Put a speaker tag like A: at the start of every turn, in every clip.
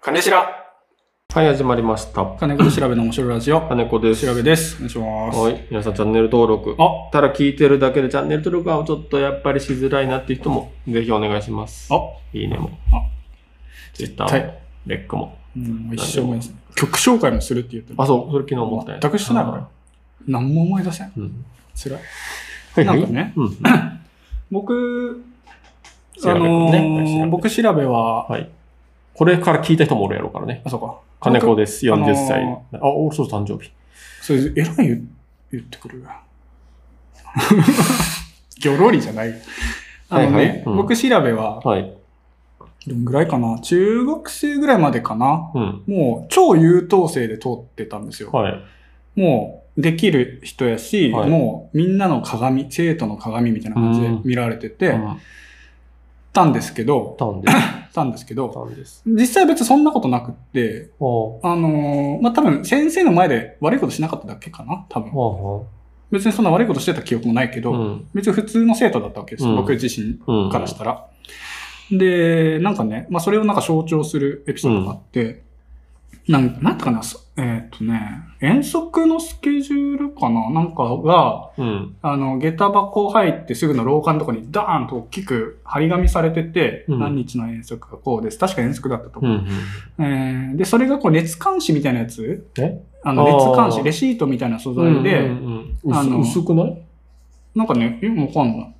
A: 金しら
B: はい、始まりました。
C: 金子調べの面白いラジオ。
B: 金子です。
C: 調べです。お願いします。
B: はい、皆さんチャンネル登録。
C: あ、
B: ただ聞いてるだけでチャンネル登録はちょっとやっぱりしづらいなっていう人も、ぜひお願いします。
C: あ、
B: いいねも。
C: あ
B: ツイッター
C: 絶
B: も、レックも。
C: うん、一生思い出せない曲紹介もするって言ってる。
B: あ、そう、それ昨日思ったやつ
C: 全くしてないこれ
B: は
C: 何も思い出せん。
B: いうん。
C: 辛い。
B: はいはい
C: なんかね
B: うん。
C: 僕、
B: 調
C: あ
B: べる
C: の
B: ね
C: ー、僕調べは、
B: はい。これから聞いた人もおるやろうからね。
C: あ、そうか。
B: 金子
C: 僕
B: です。40歳。
C: あの
B: あ、お、そう、誕生日。
C: それ、えらい言う言ってくる よ。ギョロリじゃないよ。あのね、
B: はいはいうん
C: 僕調べは、
B: はい。
C: どんぐらいかな中学生ぐらいまでかな
B: うん。
C: もう超優等生で通ってたんですよ。
B: はい。
C: もうできる人やし、
B: はい
C: もうみんなの鏡、生徒の鏡みたいな感じで
B: うん
C: 見られて
B: う
C: て、
B: ん。
C: たんですけど、
B: たんです。
C: たんですけど、
B: たんです。
C: 実際別にそんなことなくって、
B: ああ。
C: あのーまあ、多分先生の前で悪いことしなかっただけかな、多分。
B: は
C: 別にそんな悪いことしてた記憶もないけ
B: あ
C: ど、
B: はあ。うん。
C: 別に普通の生徒だったわけですよ、
B: うん
C: 僕自身
B: うん。
C: からしたら。で、なんかね、まあ、それをなんか象徴するエピソードがあって、なん、なんとかな、そえーっとね、遠足のスケジュールかななんかが、
B: うん。
C: あの、下駄箱入ってすぐの廊下のとこにダーンと大きく張り紙されてて、
B: うん
C: 何日の遠足がこうです。確か遠足だったと
B: う
C: 思う。
B: ん。
C: えーで、それがこう熱監視みたいなやつ
B: え
C: あの、
B: あー
C: 熱監視、レシートみたいな素材で、
B: うんうんうん
C: あの
B: 薄薄くない
C: なんかね、えわかんない。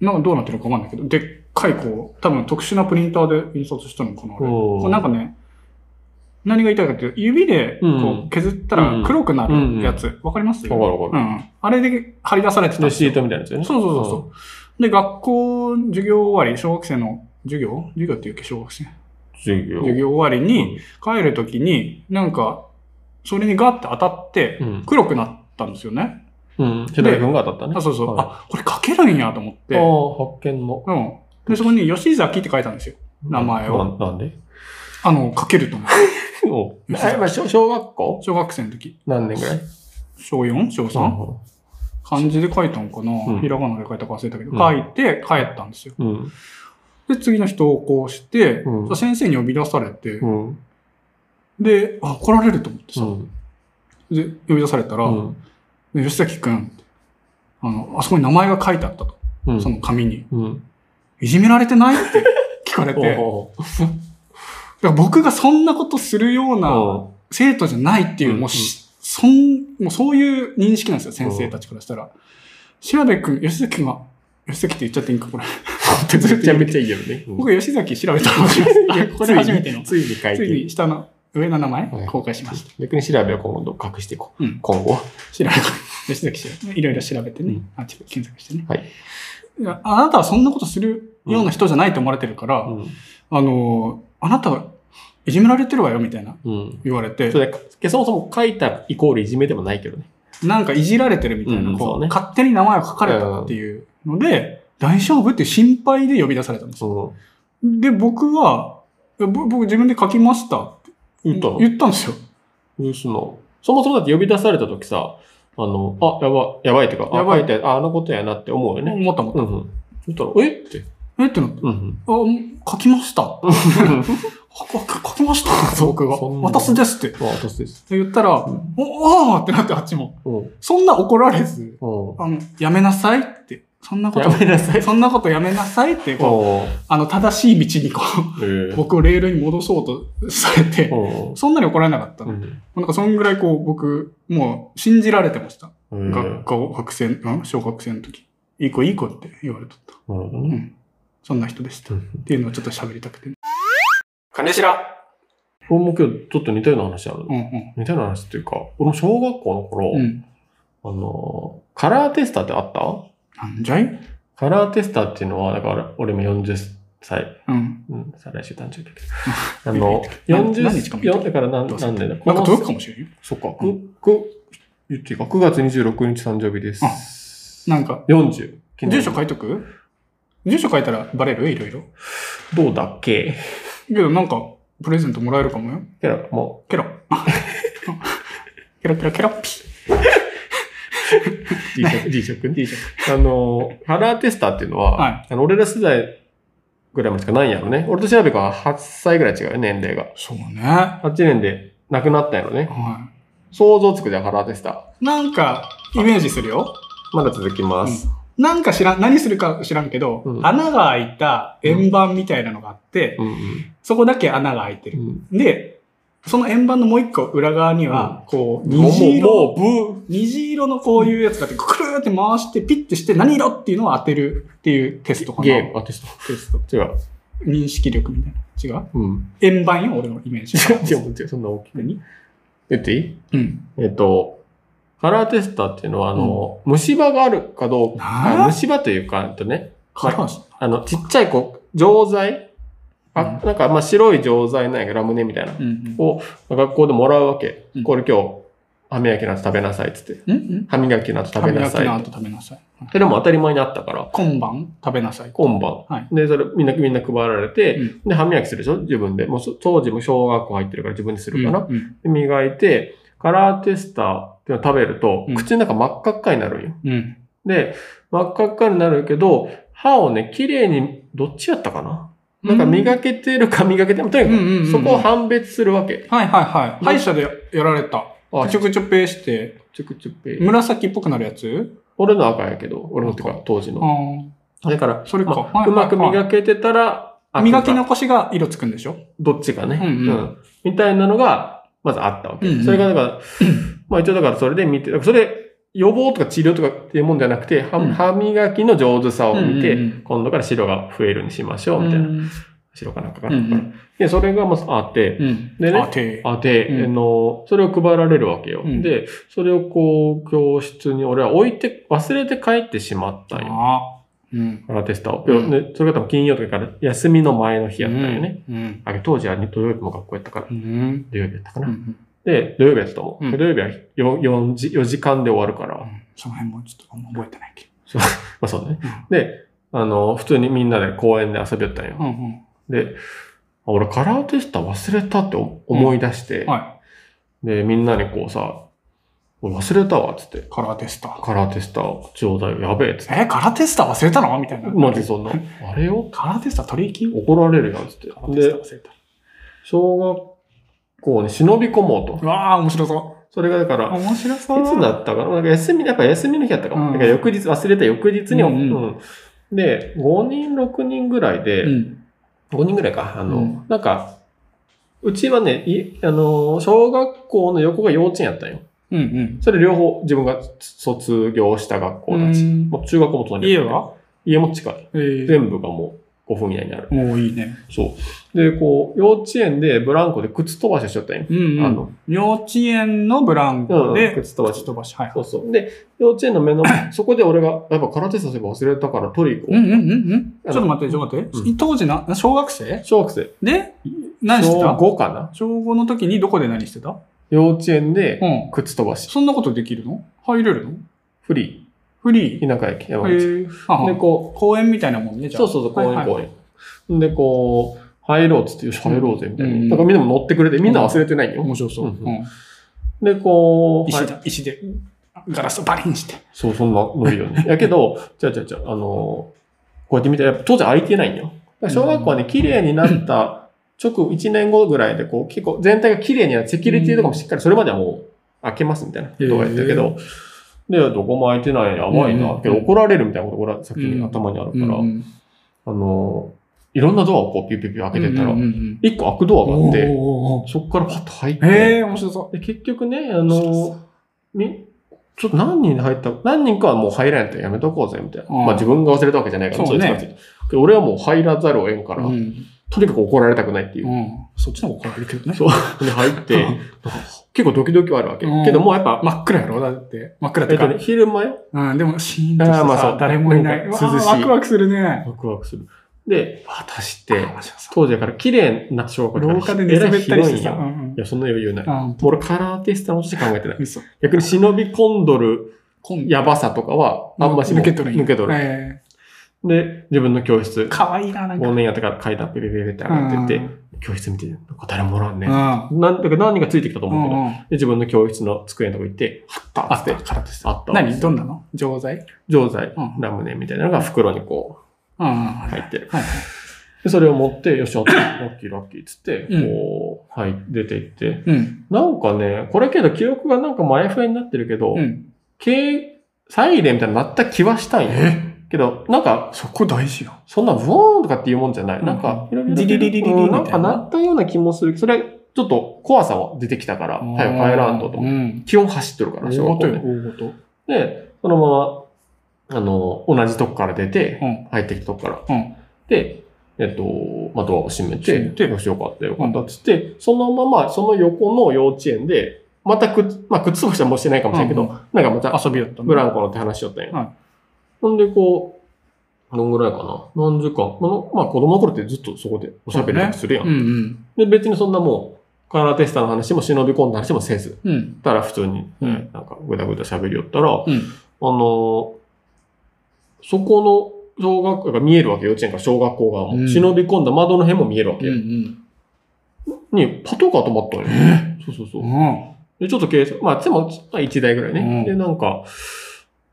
C: なんかどうなってるかわかんないけど、でっかいこう、多分特殊なプリンターで印刷したのかな、あれ
B: おー
C: こうなんかね、何が言いたいかっていうと、指でこ
B: うん
C: う削ったら黒くなるやつ。わかります
B: わかるわかる
C: うん。あれで貼り出されてたん
B: レ
C: です
B: シ
C: よ
B: ートみたいなやつよね。
C: そうそうそうそう。で、学校、授業終わり、小学生の授業授業っていうっけ、小学生。
B: 授業。
C: 授業終わりに、帰るときに、なんか、それにガって当たって
B: うん、
C: 黒くなったんですよね。
B: うん。平井君が当たったね。
C: あ、そうそ
B: は
C: う。
B: い
C: あ、これ書けるんやと思って。
B: あ
C: う
B: あ、発見の。
C: ん。で、そこに、吉崎って書いたんですよ。名前を
B: ななんで
C: あの、書けると思う。
B: おえまあ小小学校
C: 小学生の時。
B: 何年ぐらい
C: 小 4? 小 3? 漢字で書いたのかな、
B: うん
C: ひらがなで書いたか忘れたけど、
B: うん
C: 書いて帰ったんですよ。
B: うん。
C: で、次の日登校して、
B: うん
C: 先生に呼び出されて、
B: うん。
C: で、あ、怒られると思って
B: う
C: さ、
B: ん。
C: で、呼び出されたら、
B: うん。
C: で吉崎くん、あの、あそこに名前が書いてあったと。
B: うん
C: その紙に。
B: うん。
C: いじめられてないって聞かれて。だ か
B: おー
C: ら僕がそんなことするような
B: お
C: 生徒じゃないっていう、もうし、そん、もうそういう認識なんですよ、先生たちからしたら。調べくん、吉崎くんが、吉崎って言っちゃっていいんか、これ。
B: ーめちゃめちゃいいよね。うん
C: 僕、吉崎調べたの初 めて。これ初めての。
B: ついに書い
C: つい
B: て。
C: に下の、上の名
B: はい
C: 前、公開しました。
B: 逆に調べを今度隠していこう。
C: うん
B: 今後は。
C: 調べ、吉崎調べ、いろいろ調べて
B: う
C: ね
B: ん、
C: あ、ちょっと検索してね。
B: はい。
C: いやあなたはそんなことするような人じゃないと思われてるから、あの、あなたいじめられてるわよみたいな
B: うん。うん。
C: 言われて
B: そ、れでそもそも書いたイコールいじめでもないけどね。
C: なんかいじられてるみたいな、
B: うん
C: こ
B: そう
C: う
B: ね
C: 勝手に名前を書かれたっていうので、大丈夫っていう心配で呼び出されたんですよ。
B: そ
C: で、僕は、いやぼ僕自分で書きましたって
B: う。言ったの
C: 言ったんですよ。
B: 嘘の。そもそもだって呼び出された時さ、あの、あ、やばい、やばいっていうか、
C: やばい
B: あ書いてああのことやなって思うよね。
C: 思ったもん。
B: うんうん。そしたら、えって。
C: えってなって、
B: うんうん。
C: あ、ん書きました。あ 書書きました。僕が。
B: そんな
C: 私ですって。
B: あ、私です。
C: 言ったら、おおーってなってあっちも。
B: うん。
C: そんな怒られず、
B: うん。
C: あの、やめなさいって、そんなこと
B: や、めなさい。
C: そんなことやめなさいって、
B: お
C: こう、あの、正しい道にこ
B: え
C: う、
B: ー。
C: 僕をレールに戻そうとされて、
B: お
C: そんなに怒られなかったの。なんか、そんぐらいこう、僕、もう、信じられてました。
B: うん。
C: 学校、学生、ん小学生の時。いい子、いい子って言われとった。
B: うん。
C: うん。そんな人でした。っていうのをちょっと喋りたくて。
A: 金しら
B: 俺も今日ちょっと似たような話ある。
C: うんうん。
B: 似たような話っていうか、俺も小学校の頃、
C: うん。
B: あの、カラーテスターってあった
C: なんじゃい
B: カラーテスターっていうのは、だから俺も40歳
C: うん。
B: うん、再来週誕生日だけど。あ
C: いい
B: の
C: ね、
B: 40
C: 何何日かも言っ
B: よだから何
C: どうせ
B: 何年だこ
C: なんか
B: の
C: 届くかもしれんよ。
B: そっか、
C: う
B: く、く、言っていいか、9月26日誕生日です。
C: あなんか、
B: 40。昨日
C: 住所書いとく住所書いたらバレるいろいろ。
B: どうだっけ
C: けどなんか、プレゼントもらえるかもよ。
B: けど、も
C: ケロ。ケロケロケロッピ。
B: う、G 職、G 職ね。
C: いいじゃん。
B: あの、カラーテスターっていうのは、
C: はい
B: あの俺ら世代ぐらいまでしかないんやろね。俺と調べが8歳ぐらい違うよ、年齢が。
C: そうね。は
B: 8年で亡くなったんやろね。
C: い。
B: 想像つくじゃん、ハラでした。
C: なんか、イメージするよ。
B: まだ続きます。
C: なんか知らん、何するか知らんけど、
B: うん
C: 穴が開いた円盤みたいなのがあって、
B: うん、うん、
C: そこだけ穴が開いて
B: う
C: る。
B: ん。
C: で、その円盤のもう一個裏側には、こう、
B: もう、
C: 虹色、
B: もう、もうブー。
C: 虹色のこういうやつがあって、くるーって回して、ピッてして何色っていうのを当てるっていうテストかな。
B: ゲーム、あ、テス
C: テスト。
B: ト。違う。
C: 認識力みたいな。違う
B: うん。
C: 円盤よ、俺のイメー ジ。
B: 違う、違う、そんな大きい。
C: 何
B: 言っていい
C: うん。
B: えっと、カラーテスターっていうのは、あの、虫歯があるかどう
C: な
B: か、
C: あ
B: 虫歯というか、えっとね、
C: カラー
B: あの、ちっちゃい、こう、錠剤あ、なんか、まあ、白い錠剤なんやけど、ラムネみたいな。
C: うん
B: を学校でもらうわけ
C: うん。
B: これ今日、歯磨きの後食べなさいっつって。
C: うん。うん
B: 歯磨きの後食べなさい
C: 歯磨き
B: って。
C: の後食べなさい。
B: それも当たり前にあったから、
C: 今晩食べなさい。
B: 今晩。
C: はい。
B: で、それみんな、みんな配られて、
C: う
B: で、歯磨きするでしょ自分で。もうそ当時も小学校入ってるから自分でするかな。
C: うんうん
B: で磨いて、カラーテスターっていうのを食べると、
C: うん
B: 口の中真っ赤っかになるんよ。
C: うん。
B: で、真っ赤っかになるけど、歯をね、綺麗に、どっちやったかな、なんか磨けてるか磨けてないとにか
C: うんうんうんう
B: く、
C: ん
B: そこを判別するわけ。
C: はいはいはい。歯医者でやられた。
B: あ、
C: ち
B: ちょ
C: ょくちょぺして、
B: ちょくちょぺ。
C: 紫っぽくなるやつ
B: 俺の赤やけど、俺のってか、当時
C: あ
B: の。だから、
C: それか
B: ま
C: は
B: あ
C: いうはい
B: まく磨けてたら、
C: あ。
B: あ
C: 磨き残しが色つくんでしょ
B: どっちかね、
C: うんうん
B: みたいなのが、まずあったわけ。
C: うんうん
B: それが、だ から、まあ一応だからそれで見て、だからそれ、予防とか治療とかっていうもんじゃなくて、は
C: うん
B: 歯磨きの上手さを見て、
C: うんうんうん
B: 今度から白が増えるにしましょう、みたいな。
C: うん
B: 白かなんかか
C: う
B: な、
C: ん
B: で、それがまずあって、
C: うん。
B: でね
C: あ、手。
B: あで、
C: うん
B: あの、それを配られるわけよ。
C: うん
B: で、それをこう、教室に俺は置いて、忘れて帰ってしまったんよ。
C: あうん。
B: カラーテスターを。
C: うん
B: で、それが多分金曜とかから休みの前の日やったんよね。
C: うん。
B: あ当時はね土曜日も学校やったから
C: う、ん。
B: 土曜日やったか
C: う
B: な。
C: ん。
B: で、土曜日やったと思う。
C: うん
B: 土曜日は 4, 4, 時4時間で終わるか
C: う
B: ら。
C: んその辺もちょっとあんま覚えてないけ
B: まあそうだね。で、あの、普通にみんなで公園で遊びよったんよ。
C: ど。うん
B: で、あ俺カラーテスター忘れたって思い出して、
C: うん。は
B: で、みんなにこうさ、俺忘れたわ、つって
C: い。。カラーテスター。
B: カラーテスターをちょうだいよやべえ、つって。
C: え、カラーテスター忘れたのみたいな。
B: マジそんな。あれよ
C: カラーテスター取り引き
B: 怒られるやん、つって
C: カラ。ーテスタ
B: で
C: ー、忘れた。
B: 小学校に忍び込もうと
C: う。わあ面白そ
B: それがだか
C: う。
B: ら、
C: 面白そう。
B: いつだったかななんか休み、なんか休みの日やったかも。
C: うん
B: だから翌日、忘れた翌日に、
C: う
B: うんん
C: うん
B: で、5人、6人ぐらいで、
C: うん。
B: 5人ぐらいか、あの、
C: うん
B: なんか、うちはね、い、あのー、小学校の横が幼稚園やったんよ。
C: うんうん。
B: それ両方自分が卒業した学校たち。
C: うん
B: もう中学校も隣
C: 家は
B: 家も近い。
C: えー
B: 全部がもう5分以内にある。
C: もういいね。
B: そう。で、こう、幼稚園でブランコで靴飛ばししちゃったんよ。
C: うんうん。
B: あの
C: 幼稚園のブランコ
B: うん、
C: で、
B: 靴飛ばし
C: ち。とばし、はい。
B: そうそう。で、幼稚園の目の 前、そこで俺が、やっぱ空手させば忘れたから取り行こ
C: う
B: う。
C: んうんうんうん。ち
B: あ
C: ょ
B: の
C: っと待って、ちょっと待って。
B: う
C: 当時な、小学生
B: 小学生。
C: で、何して
B: 小
C: た
B: 5かな
C: 小5の時にどこで何してた
B: 幼稚園で
C: うん。
B: 靴飛ばし。
C: そんなことできるの入れるの
B: フリ
C: フリー
B: ー。田舎駅、
C: え
B: 山口。
C: ー、は
B: で、
C: は
B: こ
C: 公園みたいなもんね、
B: う、
C: じゃ
B: そ
C: あ。
B: うそうそう、公園
C: はいはい
B: 公園。で、こう、入ろうっつって、よし、入ろうぜ、みたい
C: うん
B: な。だからみんなも乗ってくれて、みんな忘れてないよ。
C: 面白そ
B: う
C: う。
B: んうん
C: うん
B: で、こう、
C: 石
B: はい
C: だ、石で、ガラスをバリンして。
B: そう、そんなノリよ ね。やけど、じゃじゃじゃあのー、こうやって見たら、やっぱ当時空いてないんよ。だから小学校はね、綺麗になった直後、1年後ぐらいで、こう、結構全体が綺麗になって、セキュリティとかもしっかり、それまではもう、開けますみたいなことがやったけど、で、どこも開いてない、やばい
C: うんうん
B: な、けど怒られるみたいなことが先
C: うん
B: に頭にあるか
C: うん
B: ら、
C: うん
B: あのー、いろんなドアをこう、ピュピュピュ開けてったら
C: うんう、んうん
B: 1個開くドアがあっ
C: おー
B: て、
C: おーお
B: そこからパッと入っ
C: ーへ
B: て、
C: え、面白そう。
B: で結局ね、あのー、み、ちょっと何人入った何人かはもう入らんやったらやめとこうぜ、みたいな。
C: うん
B: まあ自分が忘れたわけじゃないから、
C: そうね
B: いつからつい俺はもう入らざるを得んから、
C: うん
B: とにかく怒られたくないっていうう。
C: ん。そっちの方が怒られるけどね。
B: そう。で、入って、
C: う
B: なんんか結構ドキドキはあるわけ。
C: うん
B: けどもうやっぱ、
C: 真っ暗やろだって。真っ暗
B: え
C: って
B: っ
C: か、
B: とね、昼間よ。
C: うん、でもシーンとして
B: あ
C: さ、
B: ーまあそう
C: 誰もいない。
B: なん
C: わ
B: か涼しい
C: あワクワクするね。
B: ワクワクする。で、私って、
C: あーそう
B: 当時だから綺麗な小学校
C: 廊下で寝そべったりしてさ。うん
B: い
C: うん
B: や、そんな余裕ない。もう
C: あー
B: 俺カラーテスターのことしか考えてない。
C: 嘘。
B: 逆に忍び込んどる
C: 今度
B: やばさとかは、あんましもう
C: 抜けとるんや
B: 抜けとる。
C: え
B: で、自分の教室
C: ー、、かわいいな、なんか。
B: 5年やったから階段ピピピピって上がってって、教室見て、なんか誰もおらんね。
C: うん。うん
B: なんだから何人かついてきたと
C: う
B: 思うけど、
C: んうん。
B: で自分の教室の机のとこ行って、はった
C: あ
B: っ
C: っ
B: つ
C: た
B: って、
C: カラーテス
B: あった。
C: 何どんなの錠剤
B: 錠剤
C: うん、
B: ラムネみたいなのが袋にこ
C: うんうん。
B: う
C: はい
B: 入ってる。
C: はい。
B: で、それを持って、よし、あラッキーラッキーっつって、
C: うん
B: こう、はい、出ていって。
C: うん。
B: なんかね、これけど記憶がなんか前笛になってるけど、
C: うん。
B: 経サイレンみたいになった気はしたんよ。けど、なんか、
C: そこ大事よ。
B: そんなブオーンとかっていうもんじゃない。
C: うん
B: なんか、いろいろ
C: ディリリリリリ
B: う
C: み
B: ん
C: た
B: ないん
C: な
B: かなったような気もする。それ、ちょっと怖さは出てきたから、体を変えらんとと思
C: う
B: って。
C: ん。
B: 気温走ってるから、
C: 大
B: 小学校
C: 事よ、
B: で。
C: 大事。
B: で、そのまま、あの、同じとこから出て
C: う、ん。
B: 入ってきたとこから。
C: うん。
B: で、えっと、まあ、ドアを閉めて、
C: 閉めて
B: よしよかったよかったっつって、そのまま、その横の幼稚園で、また靴、まあ、靴としてはもうしてないかもしれないけど、
C: うん
B: なんかまた
C: 遊びよったね
B: ブランコのって話しよったんや。
C: はい
B: ほんで、こう、どんぐらいかな何時間まあのまあ、子供の頃ってずっとそこでおしゃべりとかするやん。
C: うんう
B: で、
C: ん。
B: 別にそんなもう、カラーテスターの話も忍び込んだ話もせず、
C: うん。
B: たら普通に、
C: うん
B: ねなんか、ぐだぐだ喋りよったら、
C: うん。
B: あのーそこの小学校が見えるわけ、幼稚園から小学校側も。
C: うん
B: 忍び込んだ窓の辺も見えるわ
C: う
B: け。
C: ん。
B: に、パトカー止まったのよ。そうそうそう。で、ちょっと警察、まあ、でも、まあ、1台ぐらいね。
C: うん
B: で、なんか、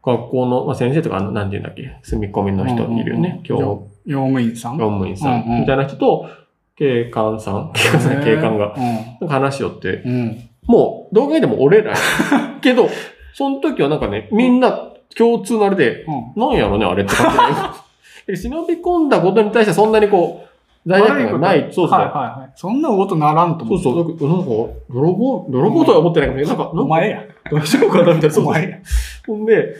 B: 学校の、まあ、先生とか、あの、なんて言うんだっけ、住み込みの人いるよね。
C: うんうんうん
B: 教
C: 用務員さん。
B: 業務員さ
C: うんうん
B: ん、みたいな人と、警官さん、警官さん、警官が、。なんか話しよって、
C: うん。うん。
B: もう、動画でも俺ら や、けど、その時はなんかね、みんな共通のあれで、
C: うん。
B: なんやろね、あれって感じだ よ。で忍び込んだことに対してそんなにこう、罪悪感がない。そうそう
C: はい。はいはい。そんなことならんと
B: そ
C: 思
B: うそう。なんか、なんか泥棒、泥棒とは思ってないかもしれない。なんか、な
C: お
B: んか
C: 前や。
B: 大丈夫かなみたいな。
C: お
B: そう
C: 前や。
B: ほんで、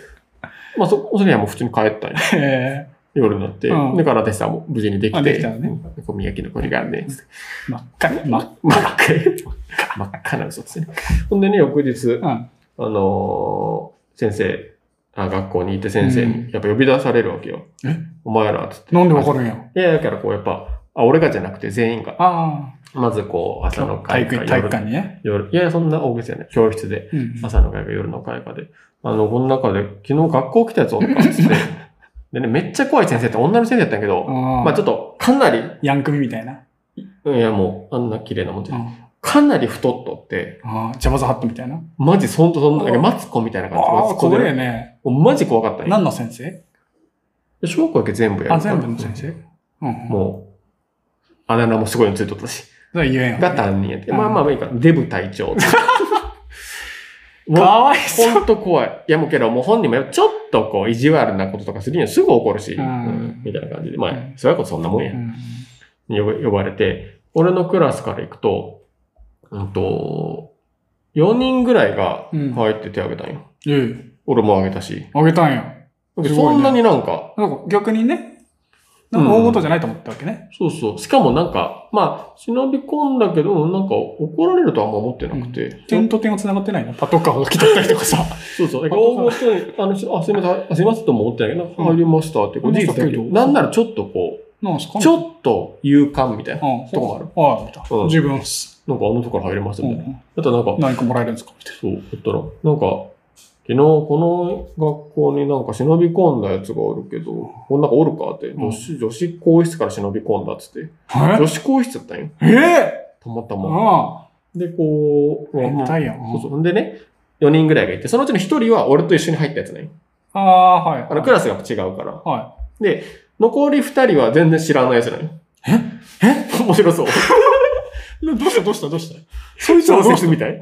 B: まあ、そ、それにはもう普通に帰ったんよ
C: え
B: 夜になって。
C: うん
B: で、空手さんも無事にでき
C: あ
B: て。
C: できたのね
B: うん。こう磨き残りがあるね。つって
C: ー真っ赤に。真っ
B: 真っ赤い。真っ赤な嘘ですね。ほんでね、翌日、
C: 赤。うん。
B: あのー先生、あ、学校にいて先生
C: う
B: に、やっぱ呼び出されるわけよ。
C: え
B: お前ら、つって。
C: なんでわかるんや。
B: いや、だからこう、やっぱ、あ、俺がじゃなくて全員が、
C: あ
B: まずこう、朝
C: あ
B: の。
C: 体
B: 会か
C: 育体育
B: 夜
C: 館にね。
B: 夜、いやいや、そんな大げさやね。教室で、
C: うん。
B: 朝の会か夜の会かで。あの、この中で、昨日学校来たやつおったっつ って。でね、めっちゃ怖い先生って女の先生やったんやけど、ま
C: ま
B: あちょっと、かなり、
C: ヤンクミみたいな。
B: いやもう、あんな綺麗なもんじ
C: う
B: ゃない。
C: ん。
B: かなり太っとって、
C: ああ、ジャバザハットみたいな。
B: マジそんとそん
C: う
B: な、
C: ん
B: マツコみたいな感じで。
C: あ
B: マ
C: あ、
B: ツコ
C: 怖
B: で
C: いね。
B: もうマジ怖かったね。
C: 何の先生
B: で小学校だけ全部やる。
C: あ、全部の先生うん。う。
B: もう、あだ名もすごいのついとったし。
C: それ言えん
B: が
C: よ。
B: 担任やって。まあまあまあいいから、デブ隊 長。
C: か
B: もう、
C: わいそう。
B: ほんと怖い。いやもうけど、もう本人もちょっとこう、意地悪なこととかするにはすぐ怒るし、
C: う
B: うんんみたいな感じで。まあ
C: うん、
B: それこそそんなもんや
C: う。ん
B: 呼ば呼ばれて、俺のクラスから行くと、うんと、4人ぐらいが
C: うん
B: 入って手挙げたんよ。
C: え
B: 俺も挙げたし。
C: え、あげたんや。すごいね
B: そんなになんか、
C: なんか逆にね、なんか大事じゃないと思ったわけね。
B: そうそう。しかもなんか、まあ、忍び込んだけど、なんか怒られるとはあんま思ってなくて。
C: 点と点が繋がってないな。パトカーが来とったりとかさ。
B: そうそう。だから大御所に、あの、しあ、すいません、あすいませんとも思ってないけど、
C: うん
B: 入りましたって、こう
C: 入
B: 事
C: り
B: 実
C: ました
B: だ
C: け
B: け
C: ど
B: ど、なんならちょっとこ
C: なんすか
B: う、ちょっと勇敢みたいな。
C: うん、
B: とこもある
C: はい、みたいな。
B: うん
C: 自分っす。
B: なんかあのとこから入りました
C: う
B: みたいな。
C: ん。
B: あとなんか、
C: 何かもらえるんですかみたい
B: そう、だったら、なんか、昨日この学校になんか忍び込んだやつがおるけど、こん中おるかって、
C: ん
B: 女子、女子更衣室から忍び込んだっつって。
C: な。
B: 女子更衣室だったんよ。
C: えええ
B: たまたま。
C: ああ。
B: で、こう、
C: 変態やん。
B: そうそう。ほんでね、4人ぐらいがいて、そのうちの1人は俺と一緒に入ったやつね。
C: ああ、はい。
B: あの、クラスが違うから。
C: は
B: 残り二人は全然知らないやつなのよ。え え面白 そう。
C: い。どうしたどうしたどうしたそいつはどう
B: 小
C: した
B: 説みたい。
C: うん。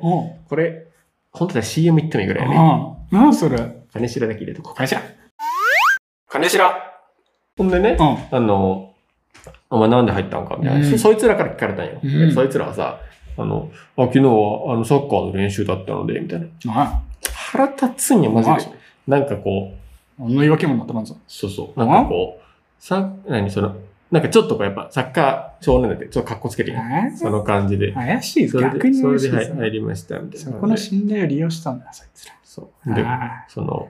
B: これ、本当だ CM 行ってもいいぐらいね。
C: ああ。なんそれ。う
B: 金城だけ入れとこう。金城
A: 金白
B: ほんでね、
C: ん。
B: あの、お前なんで入ったんかみたいな、
C: うん
B: そそいつらから聞かれたんよ。
C: うん
B: でそいつらはさ、あの、あ昨日はあのサッカーの練習だったので、みたいな。
C: あ
B: 腹立つんよ、マジ
C: はい
B: で。なんかこう、
C: あ。の言い訳もなったまんぞ。
B: そうそう。なんかこう、さ、何その、なんかちょっとこうやっぱサッカー少年だって、ちょっと格好つけて
C: え
B: るやん。その感じで。
C: 怪しいぞ。
B: それ
C: 逆
B: で、
C: に
B: そ
C: 怪
B: れ
C: し
B: で
C: いぞ
B: はい入りました、みたい
C: そ
B: な
C: こ
B: 感
C: の
B: じで。
C: 信頼を利用したんだよ、そいつら。
B: そう。で、
C: あ
B: その、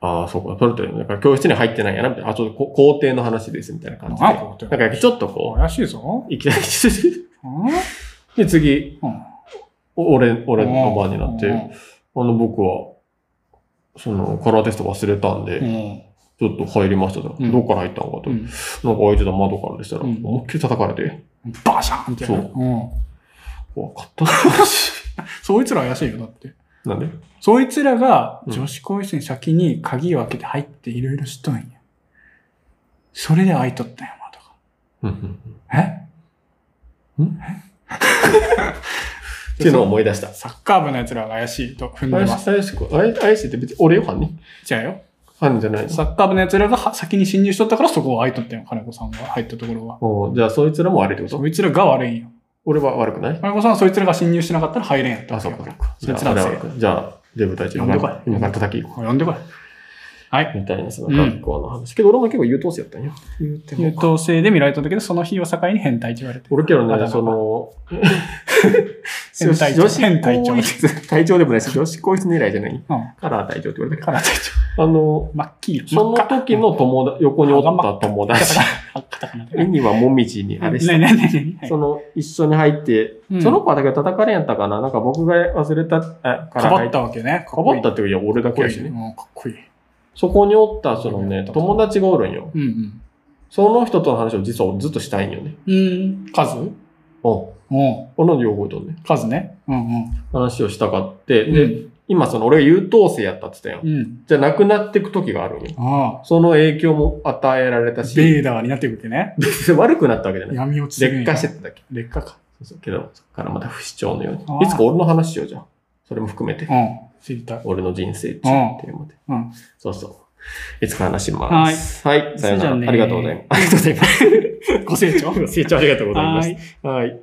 B: ああ、そうか、それと、なんか教室に入ってないんやな、みたいな。あ、ちょっとこ校庭の話です、みたいな
C: あ。
B: 感じで。
C: なんかこと
B: なんかちょっとこ
C: 怪しいぞ。
B: う、いきなり、
C: うん
B: で、次、
C: うん
B: お俺、俺の番になって、
C: う
B: あの、僕は、その、カラーテスト忘れたんで、
C: ん
B: ちょっと入りましたと。
C: うん
B: どっから入ったのかと。
C: う
B: なんか
C: ん。
B: 開いてた窓からでしたら、
C: うん
B: 思いっきり叩かれて、
C: バシャンって。
B: そう
C: うん。
B: 怖かった。
C: そいつら怪しいよ、だって。
B: なんで
C: そいつらが
B: うん
C: 女子更衣室に先に鍵を開けて入っていろいろしとんや。それで開いとったんや、窓が。
B: うんうん
C: え
B: っていうのを思い出した。
C: サッカー部の奴らが怪しいと踏んで
B: 怪
C: ま
B: し
C: す。
B: 怪しく、怪怪しいって別に俺よ、犯人
C: じゃあよ。
B: 犯人じゃないの。
C: サッカー部の奴らが先に侵入しとったからそこを開いとったよ、金子さんが入ったところは。
B: おうじゃあそいつらも悪いってこと
C: そいつらが悪いんよ。
B: 俺は悪くない
C: 金子さんはそいつらが侵入しなかったら入れんやった
B: あ、
C: わけ
B: そう
C: や
B: か
C: か
B: そうか。じ
C: ら。そい
B: ゃ
C: つら
B: あ、
C: のせい
B: 俺は悪くじゃあ、デブ隊長、
C: 呼んでこい
B: 今から叩き行こ
C: 呼んでこい。はい。
B: う。みたいな、その学校の話。けど俺も結構優等生やったんよ。
C: 優等生で見られた時で、その日を境に変態って言われて。
B: 俺けど
C: あだ名
B: ね、
C: が
B: その、
C: 変態長。変態長。う
B: 女子更衣 室隊長でもないし、女子更衣室狙いじゃない。
C: ん。
B: カラー隊長って言われたか
C: から隊
B: ら。あの、
C: 長。真っ黄色。
B: その時の友達、横におった友達
C: 真っ赤だから。
B: にはもみじにあれし
C: ね
B: た
C: えねえねえねえ。
B: その、一緒に入って、
C: うん
B: その子はだけど叩かれんやったかななんか僕が忘れた、あか
C: かば
B: 入
C: ったわけね。
B: かばった
C: か
B: っていうか、いや、俺だ
C: っこ
B: けや
C: い
B: し
C: い。
B: ね。
C: もうかっこいい。
B: そこにおった、そのね、友達がおるんよ。
C: うん
B: その人との話を実は俺ずっとしたいんよね。
C: うん。うん。数うん。
B: お同じ両方とね、
C: 数ね。うんうん。
B: 話をしたかって、
C: う
B: で、
C: ん。
B: 今その俺が優等生やったって言った
C: う
B: よ。
C: ん。
B: じゃなくなっていく時があるんよ。
C: ああ。
B: その影響も与えられた
C: ベ
B: し、
C: ーダーになってくるけね。
B: 別に悪くなったわけじゃない。
C: 闇落ちするん
B: 劣化して
C: や
B: っただけ。
C: 劣化か。
B: そうそうけど、そっからまた不死鳥のよ
C: あ
B: う
C: ー
B: に。いつか俺の話しようじゃん。それも含めて
C: う。ん。知りたい。
B: 俺の人生っていうテ
C: う
B: ー
C: ん
B: マで。
C: うん。
B: そうそう。いつか話します。はい。さような
C: そうじゃ
B: ら。
C: ね
B: ありがとうございます。ありがとうございます。
C: ご清聴
B: ご清聴ありがとうございま
C: は
B: す
C: い。。
B: はい。